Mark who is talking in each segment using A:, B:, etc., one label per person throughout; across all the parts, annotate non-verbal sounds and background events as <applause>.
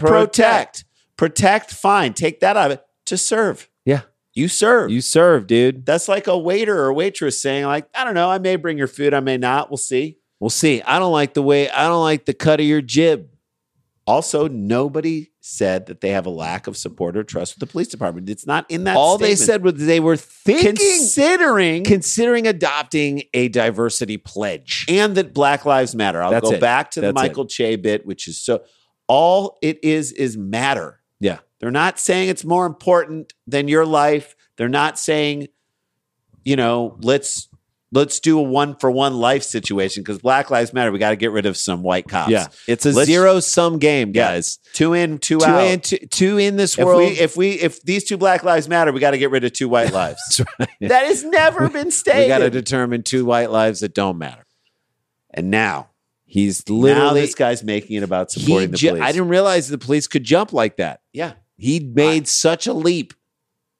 A: And
B: protect. protect. fine. Take that out of it. To serve.
A: Yeah.
B: You serve.
A: you serve, dude?
B: That's like a waiter or waitress saying, like, I don't know, I may bring your food, I may not. We'll see.
A: We'll see. I don't like the way. I don't like the cut of your jib.
B: Also, nobody said that they have a lack of support or trust with the police department. It's not in that.
A: All they
B: statement.
A: said was they were thinking,
B: considering,
A: considering adopting a diversity pledge.
B: and that Black Lives Matter. I'll
A: That's
B: go
A: it.
B: back to the
A: That's
B: Michael Che bit, which is so. All it is is matter.
A: Yeah.
B: they're not saying it's more important than your life. They're not saying, you know, let's let's do a one for one life situation because Black Lives Matter. We got to get rid of some white cops.
A: it's a
B: Let's-
A: zero sum game,
B: Yeah.
A: guys.
B: two in, two,
A: Two,
B: out.
A: in, two, two in this
B: if
A: world.
B: we if we if these two black lives matter, we got to get rid of two white lives. <laughs> That has never
A: <laughs> we got
B: been
A: to
B: stated.
A: determine two white lives that don't matter.
B: and now,
A: He's
B: now
A: literally.
B: this guy's making it about
A: he
B: supporting the
A: ju-
B: police.
A: I didn't realize the police could jump like that.
B: yeah.
A: He made such a leap.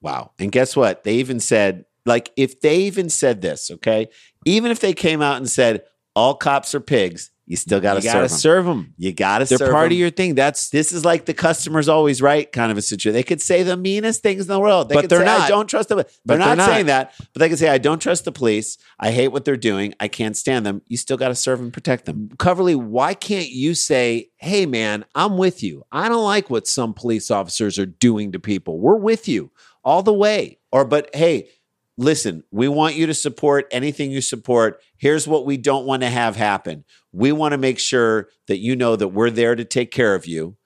B: Wow. And guess what? They even said, like, if they even said this, okay, even if they came out and said all cops are pigs, you still got to
A: you gotta
B: serve them.
A: serve them.
B: You got to
A: They're
B: serve
A: part
B: them.
A: of your thing. That's
B: This is like the customer's always right kind of a situation. They could say the meanest things in the world. They
A: But
B: could
A: they're
B: say, I
A: not.
B: don't trust them. They're,
A: But
B: not,
A: they're not.
B: saying that, but they could say, I don't trust the police. I hate what they're doing. I can't stand them. You still got to serve and protect them.
A: Coverly, why can't you say, hey, man, I'm with you. I don't like what some police officers are doing to people. We're with you all the way.
B: Or, but hey, listen, we want you to support anything you support. Here's what we don't want to have happen. We want to make sure that you know that we're there to take care of you.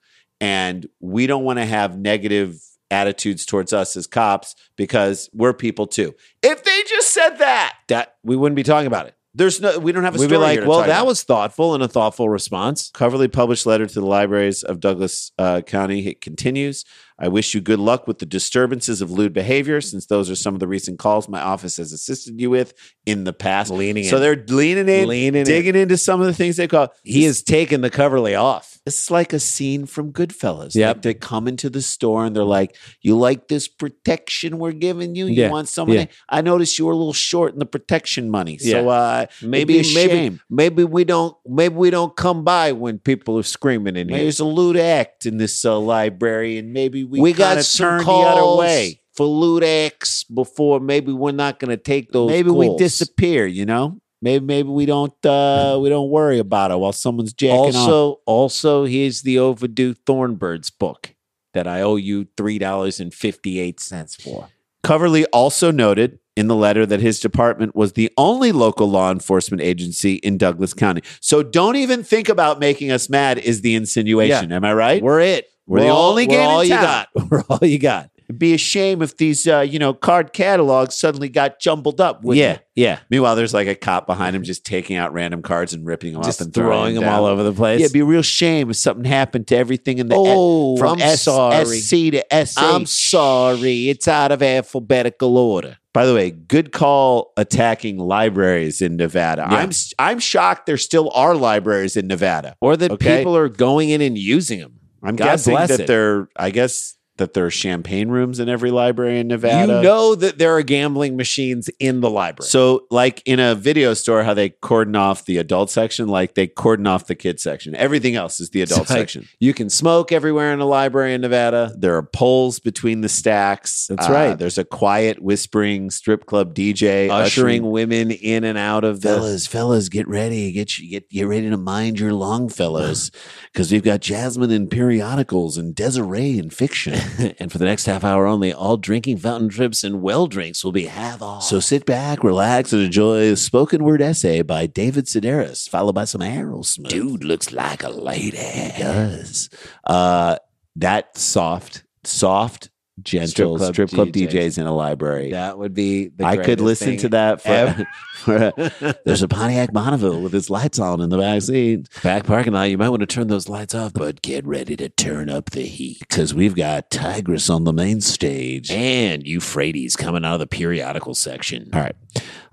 B: And we don't want to have negative attitudes towards us as cops because we're people too. If they just said that,
A: That we wouldn't be talking about it.
B: there's no, we don't have a
A: We'd be
B: story
A: like,
B: here to
A: well,
B: talk
A: that
B: about."
A: was thoughtful and a thoughtful response.
B: Coverly published letter to the libraries of Douglas uh, County. It continues. I wish you good luck with the disturbances of lewd behavior, since those are some of the recent calls my office has assisted you with in the past.
A: Leaning
B: so
A: in.
B: they're leaning in,
A: Leaning in.
B: digging into some of the things they call.
A: He has taken the Coverly off.
B: This is like a scene from Goodfellas.
A: Yep.
B: Like they come into the store and they're like, "You like this protection we're giving you? You
A: Yeah.
B: want some? of
A: Yeah.
B: it? I noticed you were a little short in the protection money, so
A: Yeah.
B: uh,
A: Maybe,
B: it'd be a shame.
A: maybe, maybe we don't. Maybe we don't come by when people are screaming in here.
B: There's a lewd act in this uh, library, and maybe we,
A: We, got
B: kinda
A: some
B: turned
A: calls
B: the other way.
A: for loot X before. Maybe we're not going to take those.
B: Maybe we
A: calls.
B: disappear. You know, maybe maybe we don't uh, we don't worry about it while someone's jacking off.
A: Also, also, here's the overdue Thornbirds book that I owe you three dollars and fifty eight cents for.
B: Coverly also noted in the letter that his department was the only local law enforcement agency in Douglas County. So don't even think about making us mad. Is the insinuation? Am I right?
A: We're it.
B: We're the
A: all-
B: only
A: we're
B: game in
A: all you
B: town. <laughs>
A: got. We're all you got.
B: It'd be a shame if these uh, you know card catalogs suddenly got jumbled up. wouldn't
A: yeah,
B: it?
A: yeah.
B: Meanwhile, there's like a cop behind him just taking out random cards and ripping them
A: Just
B: up and
A: throwing them all over the place.
B: Yeah, it'd be a real shame if something happened to everything in the E
A: oh,
B: from
A: from I'm
B: S- E.
A: sorry.
B: SC to SH.
A: I'm sorry. It's out of alphabetical order.
B: By the way, good call attacking libraries in Nevada.
A: Yeah.
B: I'm s- I'm shocked there still are libraries in Nevada.
A: Or that
B: Okay.
A: people are going in and using them.
B: I'm
A: God
B: guessing
A: bless
B: that
A: it.
B: they're I guess that there are champagne rooms in every library in Nevada.
A: You know that there are gambling machines in the library.
B: So, like in a video store, how they cordon off the adult section, like they cordon off the kid section. Everything else is the
A: It's
B: adult
A: like-
B: section.
A: you can smoke everywhere in a library in Nevada.
B: There are poles between the stacks.
A: That's right.
B: There's a quiet, whispering strip club DJ ushering,
A: Ushering women in and out of the.
B: fellas, fellas, get ready, get you, get get ready to mind your
A: <sighs>
B: Longfellows, because we've got Jasmine and periodicals and Desiree and fiction.
A: <laughs> and for the next half hour only, all drinking fountain trips and well drinks will be half off.
B: So sit back, relax, and enjoy a spoken word essay by David Sedaris, followed by some Aerosmith.
A: Dude
B: looks like a lady. He does. Uh, that soft, soft, gentle
A: club
B: strip club,
A: DJs.
B: DJs. in a library.
A: that would be. The
B: I could
A: greatest
B: listen
A: thing
B: to that for,
A: ever.
B: <laughs> for a- there's a Pontiac Bonneville with his lights on in the back seat.
A: Back parking lot, you might want to turn those lights off, but get ready to turn up the heat.
B: Because we've got Tigress on the main stage.
A: And Euphrates coming out of the periodical section.
B: All right.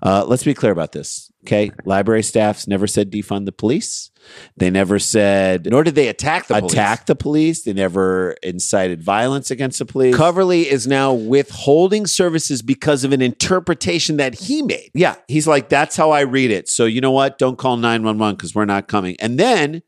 B: Uh, let's be clear about this. Okay. Library staffs never said defund the police. They never said
A: Nor did they attack the police.
B: attack the police. They never incited violence against the police.
A: Coverly is now withholding services because of an interpretation that he made.
B: yeah. He's like, that's how I read it. So you know what? Don't call 911 because we're not coming. And then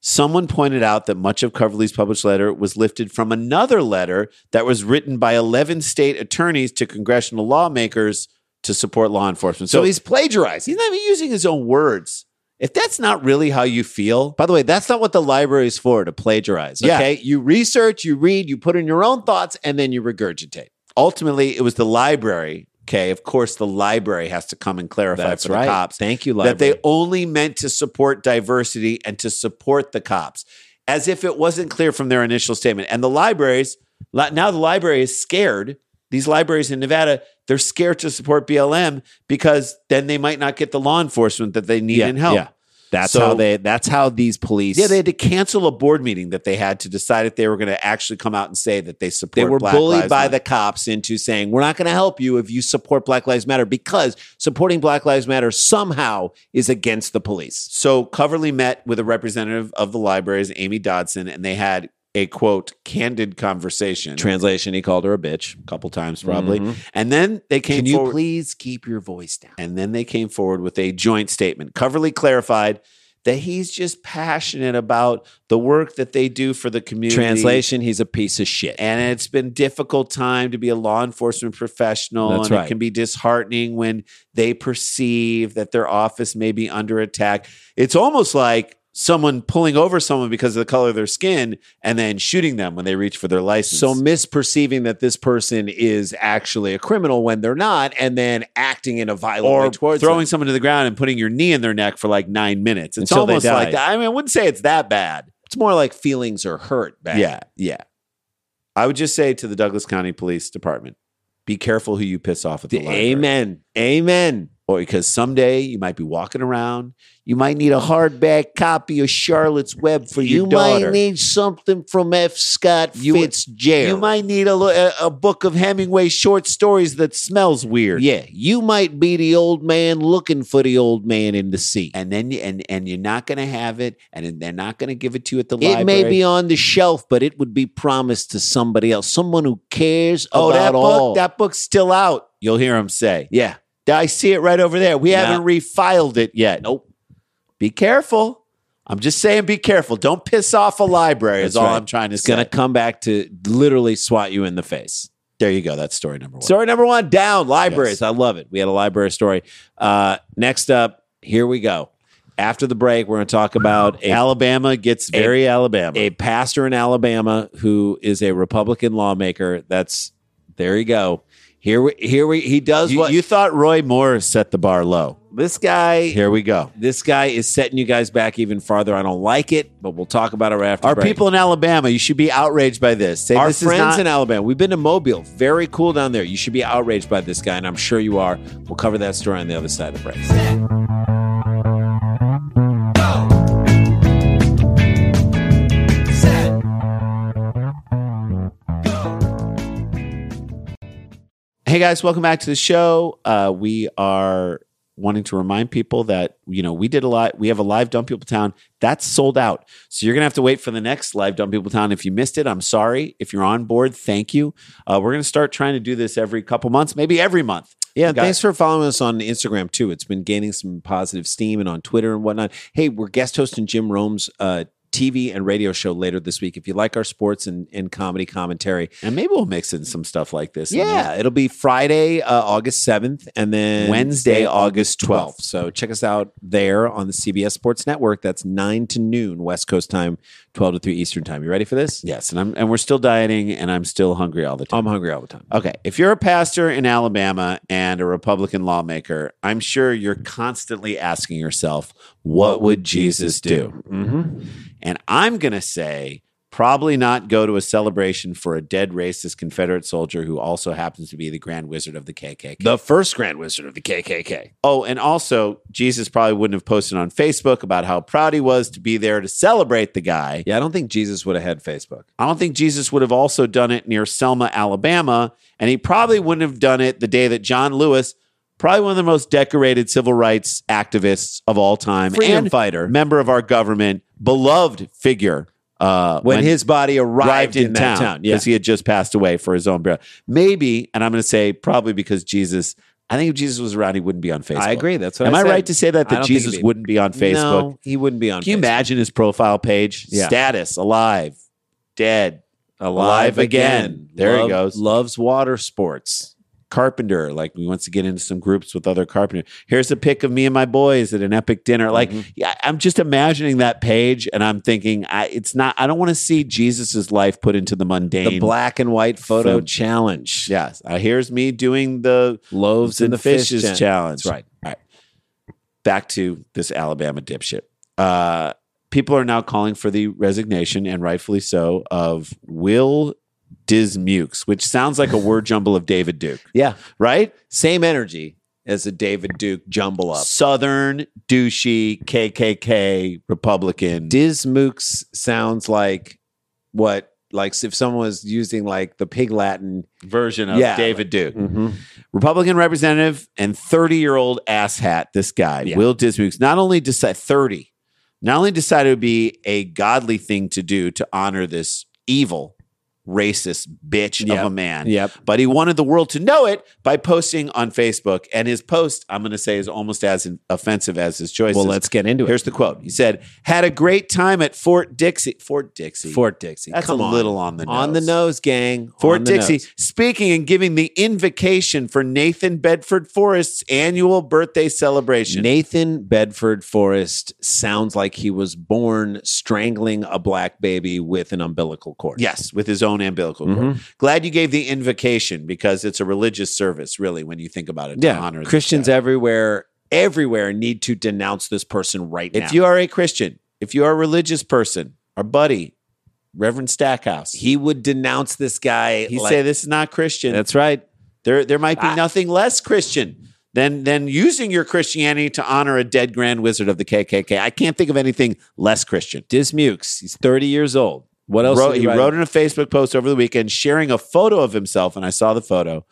B: someone pointed out that much of Coverly's published letter was lifted from another letter that was written by 11 state attorneys to congressional lawmakers to support law enforcement.
A: So,
B: So,
A: he's plagiarizing.
B: He's not even using his own words. If that's not really how you feel, by the way, that's not what the library is for to plagiarize.
A: Yeah.
B: Okay. You research, you read, you put in your own thoughts, and then you regurgitate. Ultimately, it was the library. Okay. Of course, the library has to come and clarify for the cops
A: Thank you,
B: that they only meant to support diversity and to support the cops, as if it wasn't clear from their initial statement. And the libraries, li- now the library is scared. These libraries in Nevada, they're scared to support BLM because then they might not get the law enforcement that they need
A: Yeah,
B: and help.
A: yeah. that's
B: So-
A: how they. That's how these police.
B: Yeah, they had to cancel a board meeting that they had to decide if they were going to actually come out and say that they support.
A: They were
B: Black
A: bullied
B: Lives
A: by
B: Matter.
A: the cops into saying, "We're not going to help you if you support Black Lives Matter because supporting Black Lives Matter somehow is against the police."
B: So Coverly met with a representative of the libraries, Amy Dodson, and they had a quote candid conversation. Mm-hmm.
A: Translation: He called her a bitch.
B: couple times probably. And then they came
A: Can you
B: forward
A: please keep your voice down?
B: and then they came forward with a joint statement. Coverly clarified that he's just passionate about the work that they do for the community.
A: Translation: He's a piece of shit.
B: And it's been difficult time to be a law enforcement professional.
A: That's
B: and
A: right.
B: it can be disheartening when they perceive that their office may be under attack. It's almost like someone pulling over someone because of the color of their skin and then shooting them when they reach for their license.
A: So misperceiving that this person is actually a criminal when they're not, and then acting in a violent way
B: or
A: towards
B: throwing
A: them.
B: someone to the ground and putting your knee in their neck for like nine minutes. It's
A: Until they
B: almost
A: die.
B: like that. I mean, I wouldn't say it's that bad.
A: It's more like feelings are hurt. Back.
B: Yeah, yeah. I would just say to the Douglas County Police Department, be careful who you piss off at the library.
A: Amen. Amen.
B: Or because someday you might be walking around, you might need a hardback copy of Charlotte's Web for your
A: you
B: daughter.
A: might need something from F. Scott
B: You-
A: Fitzgerald.
B: you might need a, li- a, a book of Hemingway short stories that smells weird.
A: Yeah, you might be the old man looking for the old man in the sea.
B: And then you, and and you're not going to have it, and they're not going to give it to you at the
A: It
B: library.
A: may be on the shelf, but it would be promised to somebody else, someone who cares
B: Oh,
A: about
B: that book,
A: all.
B: that book's still out. You'll hear him say,
A: yeah,
B: "I see it right over there. We
A: Nah.
B: haven't refiled it yet."
A: Nope.
B: Be careful. I'm just saying, be careful. Don't piss off a library. is
A: That's
B: all
A: right.
B: I'm trying to
A: it's
B: say.
A: going to come back to literally swat you in the face.
B: there you go. That's story number one.
A: Story number one down libraries.
B: Yes.
A: I love it. We had a library story. Uh, next up, here we go. After the break, we're going to talk about a,
B: Alabama gets very Alabama.
A: a pastor in Alabama who is a Republican lawmaker. That's there you go. Here we here we he does
B: you,
A: what
B: you thought Roy Moore set the bar low.
A: this guy
B: Here we go.
A: this guy is setting you guys back even farther. I don't like it, but we'll talk about it right after.
B: Our
A: the break.
B: people in Alabama, you should be outraged by this. Say
A: our
B: this
A: friends
B: is not,
A: in Alabama? We've been to Mobile. Very cool down there. You should be outraged by this guy, and I'm sure you are. We'll cover that story on the other side of the break.
B: Hey guys, welcome back to the show. Uh, we are wanting to remind people that you know we did a lot. We have a live Dumb People Town that's sold out. So you're gonna have to wait for the next live Dumb People Town. If you missed it, I'm sorry. If you're on board, thank you. Uh, we're gonna start trying to do this every couple months, maybe every month.
A: Yeah,
B: We got-
A: thanks for following us on Instagram too. It's been gaining some positive steam and on Twitter and whatnot. Hey, we're guest hosting Jim Rome's uh, TV and radio show later this week. If you like our sports and, and comedy commentary,
B: And maybe we'll mix in some stuff like this. in there.
A: yeah, it'll be Friday, uh, August 7th, and then
B: Wednesday, August 12th.
A: So check us out there on the CBS Sports Network. That's 9 to noon West Coast time, 12 to 3 Eastern time. You ready for this?
B: Yes, and I'm and we're still dieting, and I'm still hungry all the time.
A: I'm hungry all the time.
B: Okay, if you're a pastor in Alabama and a Republican lawmaker, I'm sure you're constantly asking yourself, "What would Jesus do?"
A: Mm-hmm.
B: And I'm gonna say, probably not go to a celebration for a dead racist Confederate soldier who also happens to be the Grand Wizard of the KKK.
A: The first Grand Wizard of the KKK.
B: Oh, and also, Jesus probably wouldn't have posted on Facebook about how proud he was to be there to celebrate the guy.
A: Yeah, I don't think Jesus would have had Facebook.
B: I don't think Jesus would have also done it near Selma, Alabama. And he probably wouldn't have done it the day that John Lewis, probably one of the most decorated civil rights activists of all time
A: Freedom
B: and
A: fighter.
B: member of our government, beloved figure, uh,
A: when, his body arrived,
B: arrived in, town
A: Yeah.
B: because he had just passed away for his own breath. Maybe, and I'm going to say probably because Jesus, I think if Jesus was around, he wouldn't be on Facebook.
A: I agree. That's what
B: Am
A: I,
B: I
A: said.
B: right to say that,
A: I
B: that
A: don't think
B: Jesus
A: he'd be.
B: wouldn't be on Facebook?
A: No, he wouldn't be on.
B: Can you
A: Facebook.
B: imagine his profile page?
A: Yeah.
B: Status, alive, dead,
A: Alive again.
B: There he
A: Love-
B: goes.
A: Loves water sports.
B: carpenter. Like we wants to get into some groups with other carpenter. Here's a pic of me and my boys at an epic dinner. Like
A: Mhm.
B: yeah, I'm just imagining that page and I'm thinking I it's not I don't want to see Jesus's life put into the mundane.
A: The black and white photo
B: Food.
A: challenge.
B: Yes. Uh, here's me doing the
A: Loaves
B: loaves and
A: and the
B: fishes
A: fish challenge.
B: challenge.
A: That's right.
B: Back to this Alabama dipshit. Uh people are now calling for the resignation and rightfully so of Will Dismukes, which
A: <laughs>
B: sounds like a word jumble of David Duke,
A: Yeah.
B: right?
A: Same energy as a David Duke jumble up.
B: Southern douchey KKK Republican.
A: Dismooks sounds like what like if someone was using like the pig Latin.
B: version of
A: Yeah.
B: David Duke. Mm-hmm. Republican representative and 30 year old asshat, this guy,
A: Yeah.
B: Will Dismukes, not only decided 30, not only decided it would be a godly thing to do to honor this evil, racist bitch
A: Yep.
B: of a man.
A: Yep.
B: But he wanted the world to know it by posting on Facebook. And his post, I'm going to say, is almost as offensive as his choices.
A: Well, let's get into it.
B: Here's the quote. He said, "Had a great time at Fort Dixie. Fort Dixie.
A: Fort Dixie.
B: That's
A: Come
B: a
A: on.
B: little on the nose.
A: on the nose, gang.
B: Fort
A: On the
B: Dixie
A: nose.
B: speaking and giving the invocation for Nathan Bedford Forrest's annual birthday celebration.
A: Nathan Bedford Forrest sounds like he was born strangling a black baby with an umbilical cord.
B: yes, with his own umbilical cord.
A: Mhm.
B: Glad you gave the invocation because it's a religious service, really, when you think about it. to
A: Yeah.
B: honor this
A: Christians
B: guy.
A: everywhere, everywhere need to denounce this person right now.
B: If you are a Christian, if you are a religious person, our buddy Reverend Stackhouse,
A: he would denounce this guy.
B: he
A: like-
B: say this is not Christian.
A: That's right. Ah.
B: There, there might be
A: I-
B: nothing less Christian than than using your Christianity to honor a dead Grand Wizard of the KKK. I can't think of anything less Christian.
A: Dismukes. He's 30 years old. What else?
B: Wrote-
A: did
B: he
A: write?
B: wrote in a Facebook post over the weekend, sharing a photo of himself, and I saw the photo,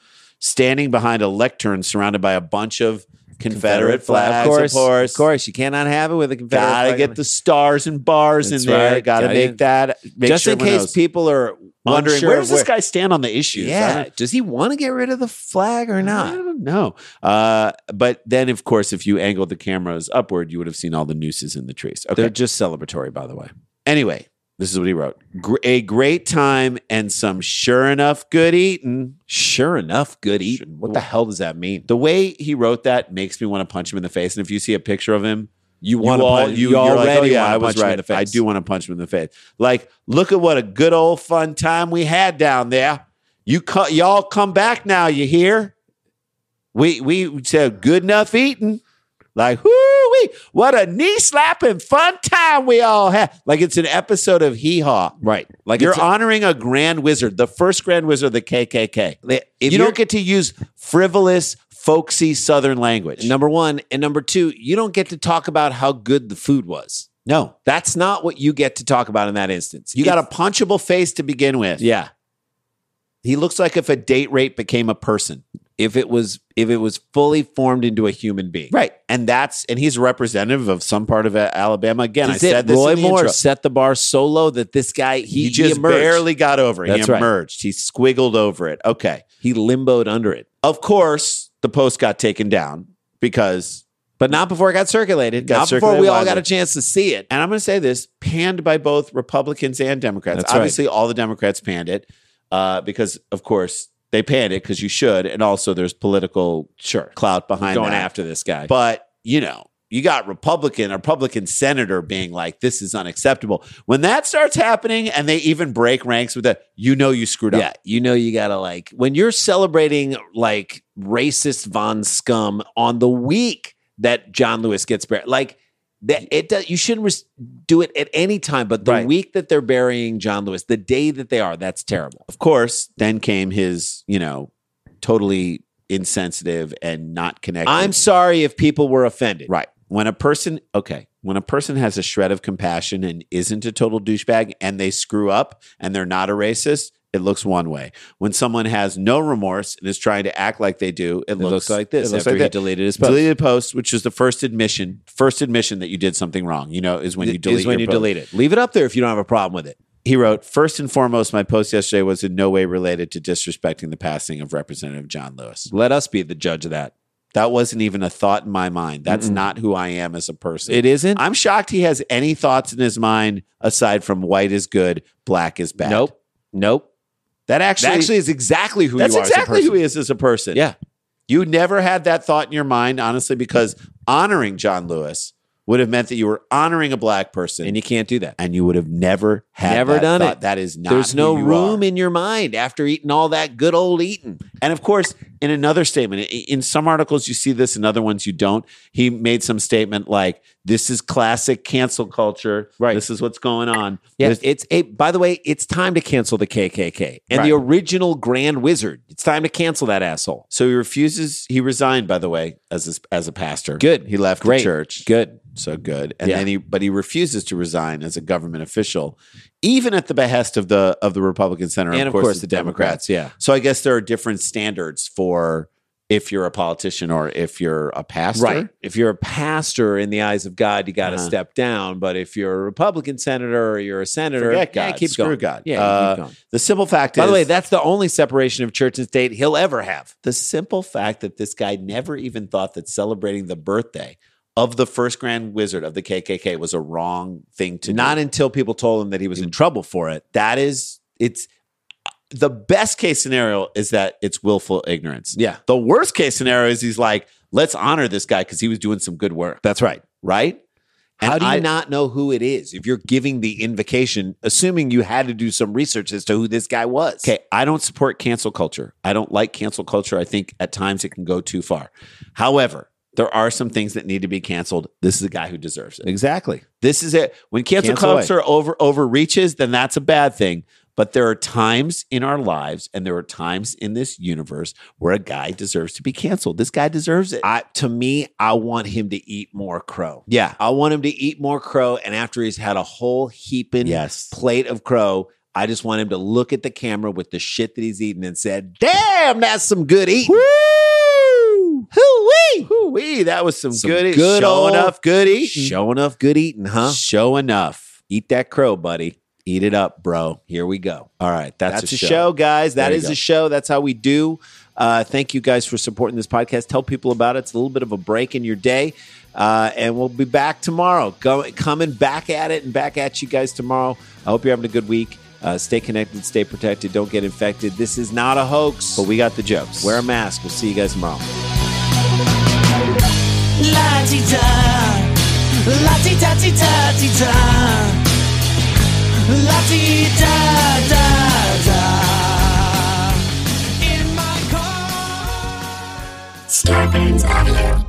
B: standing behind a lectern surrounded by a bunch of Confederate, flags.
A: Of course, of course. You cannot have it with a Confederate
B: Gotta
A: flag.
B: get the stars and bars
A: That's
B: in there.
A: right.
B: Gotta
A: Gotta-
B: make that. Make
A: just
B: sure
A: in
B: everyone
A: case
B: knows.
A: people are
B: wondering
A: unsure
B: where
A: of
B: does this guy stand on the issues? I don't-
A: Yeah. Does he want to get rid of the flag or
B: I
A: not?
B: don't know. Uh, but then, of course, if you angled the cameras upward, you would have seen all the nooses in the trees. Okay.
A: They're just celebratory, by the way.
B: anyway, this is what he wrote Gr- A great time and some sure enough good eating.
A: Sure enough, good eating.
B: Sure.
A: What the hell does that mean?
B: The way he wrote that makes me want to punch him in the face. And if you see a picture of him,
A: You
B: you,
A: want to
B: all, you, are like, oh, yeah, I was
A: punch him
B: right.
A: in the face.
B: I do want to punch him in the face. Like, look at what a good old fun time we had down there. You co- y'all come back now. You hear? We we said good enough eating. Like, whoo wee! What a knee slapping fun time we all had. Like it's an episode of Hee Haw.
A: Right. Like
B: you're
A: it's a-
B: honoring a grand wizard, the first grand wizard of the KKK.
A: if
B: you
A: you're-
B: don't get to use frivolous, folksy Southern language.
A: number one and number two, you don't get to talk about how good the food was. No, that's not what you get to talk about in that instance.
B: You
A: If-
B: got a punchable face to begin with.
A: yeah.
B: He looks like if a date rape became a person.
A: if it was if it was fully formed into a human being.
B: Right.
A: And that's and he's representative of some part of uh, Alabama. Again,
B: This is
A: I
B: it.
A: said this
B: Roy
A: in the
B: Moore
A: intro.
B: set the bar so low that this guy he,
A: He, just
B: emerged.
A: barely got over it.
B: That's
A: he
B: right.
A: emerged. He squiggled over it. Okay.
B: he limboed under it.
A: Of course, the post got taken down because
B: But not before it got circulated.
A: Got
B: not
A: circulated
B: before we all
A: widely.
B: got a chance to see it.
A: and I'm going to say this panned by both Republicans and Democrats.
B: That's right.
A: Obviously, all the Democrats panned it uh, because, of course, they panned it because you should, and also there's political
B: Sure.
A: clout behind
B: Going
A: that.
B: after this guy.
A: But you know, you got Republican, a Republican senator being like, "This is unacceptable." When that starts happening, and they even break ranks with that, you know, you screwed
B: yeah,
A: up.
B: you know you gotta like when you're celebrating like racist Von Scum on the week that John Lewis gets buried. Like that it does you shouldn't res- do it at any time, but the
A: Right.
B: week that they're burying John Lewis, the day that they are, that's terrible.
A: Of course, then came his, you know, totally insensitive and not connected.
B: I'm sorry if people were offended.
A: Right. When a person, okay, when a person has a shred of compassion and isn't a total douchebag and they screw up and they're not a racist, it looks one way. When someone has no remorse and is trying to act like they do, it,
B: It looks, like this
A: It looks
B: after
A: like
B: he
A: that.
B: deleted his post.
A: Deleted post, which is the first admission, first admission that you did something wrong, you know, is when you
B: Is
A: delete
B: when
A: your
B: you
A: post.
B: delete it. Leave it up there if you don't have a problem with it.
A: He wrote, first and foremost, my post yesterday was in no way related to disrespecting the passing of Representative John Lewis.
B: Let us be the judge of that.
A: That wasn't even a thought in my mind. That's
B: Mm-mm.
A: not who I am as a person.
B: It isn't.
A: I'm shocked he has any thoughts in his mind aside from white is good, black is bad.
B: Nope. Nope.
A: That actually,
B: That actually is exactly who
A: that's
B: you are.
A: exactly
B: as a
A: who
B: person.
A: he is as a person.
B: Yeah.
A: You never had that thought in your mind, honestly, because honoring John Lewis would have meant that you were honoring a black person
B: And you can't do that.
A: and you would have never had
B: Never
A: that
B: done
A: thought.
B: it.
A: That is not
B: There's
A: who
B: no
A: you
B: room
A: are.
B: in your mind after eating all that good old eating.
A: And of course, in another statement, i- in some articles you see this, in other ones you don't. He made some statement like, "This is classic cancel culture.
B: Right.
A: This is what's going on."
B: Yeah,
A: This-
B: it's a. By the way, it's time to cancel the KKK and the original Grand Wizard. It's time to cancel that asshole.
A: So he refuses. He resigned, by the way, as a, as a pastor.
B: Good.
A: He left
B: Great.
A: the church.
B: Good.
A: So good. And
B: Yeah.
A: then he, but he refuses to resign as a government official, even at the behest of the of the Republican Center
B: and of course, the Democrats. Yeah.
A: So I guess there are different standards for if you're a politician or if you're a pastor.
B: Right. If you're a pastor in the eyes of God, you got to
A: Uh-huh.
B: step down. But if you're a Republican senator or you're a senator,
A: Forget
B: yeah,
A: God.
B: keep
A: Screw
B: going.
A: God.
B: Yeah,
A: Uh,
B: keep going.
A: The simple fact
B: By
A: is,
B: the way, that's the only separation of church and state he'll ever have.
A: the simple fact that this guy never even thought that celebrating the birthday of the first Grand Wizard of the KKK was a wrong thing to
B: Not
A: do. Mm. until people told him that he was in trouble for it. That is, it's the best case scenario is that it's willful ignorance.
B: Yeah,
A: The worst case scenario is he's like, let's honor this guy because he was doing some good work,
B: that's right.
A: right?
B: How
A: And
B: do you
A: I-
B: not know who it is if you're giving the invocation, assuming you had to do some research as to who this guy was?
A: Okay, I don't support cancel culture. I don't like cancel culture. I think at times it can go too far. However, there are some things that need to be canceled. This is a guy who deserves it.
B: exactly.
A: This is it. When cancel,
B: Cancel away.
A: culture over overreaches, then that's a bad thing. But there are times in our lives and there are times in this universe where a guy deserves to be canceled. This guy deserves it.
B: I, to me, I want him to eat more crow.
A: yeah.
B: I want him to eat more crow, and after he's had a whole heaping
A: Yes.
B: plate of crow, I just want him to look at the camera with the shit that he's eating and said, "Damn, that's some good eating."
A: Woo! Hoo-wee! Hoo-wee. That was some,
B: Some
A: good,
B: good
A: show
B: old-
A: enough good eating.
B: Show enough good eating, huh?
A: Show enough.
B: Eat that crow, buddy.
A: Eat it up, bro.
B: Here we go.
A: All right. That's,
B: That's, a, show. guys. That
A: There you
B: is
A: go.
B: a show. That's how we do. Uh, thank you guys for supporting this podcast. Tell people about it. It's a little bit of a break in your day, uh, and we'll be back tomorrow. Go, coming back at it and back at you guys tomorrow. I hope you're having a good week. Uh, stay connected, stay protected, don't get infected. This is not a hoax,
A: But we got the jokes.
B: wear a mask. We'll see you guys tomorrow.
C: La ti da, la ti da ti da ti da, la ti da da da. In my car.
D: Scorpions Avenue.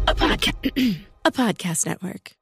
E: a podcast network.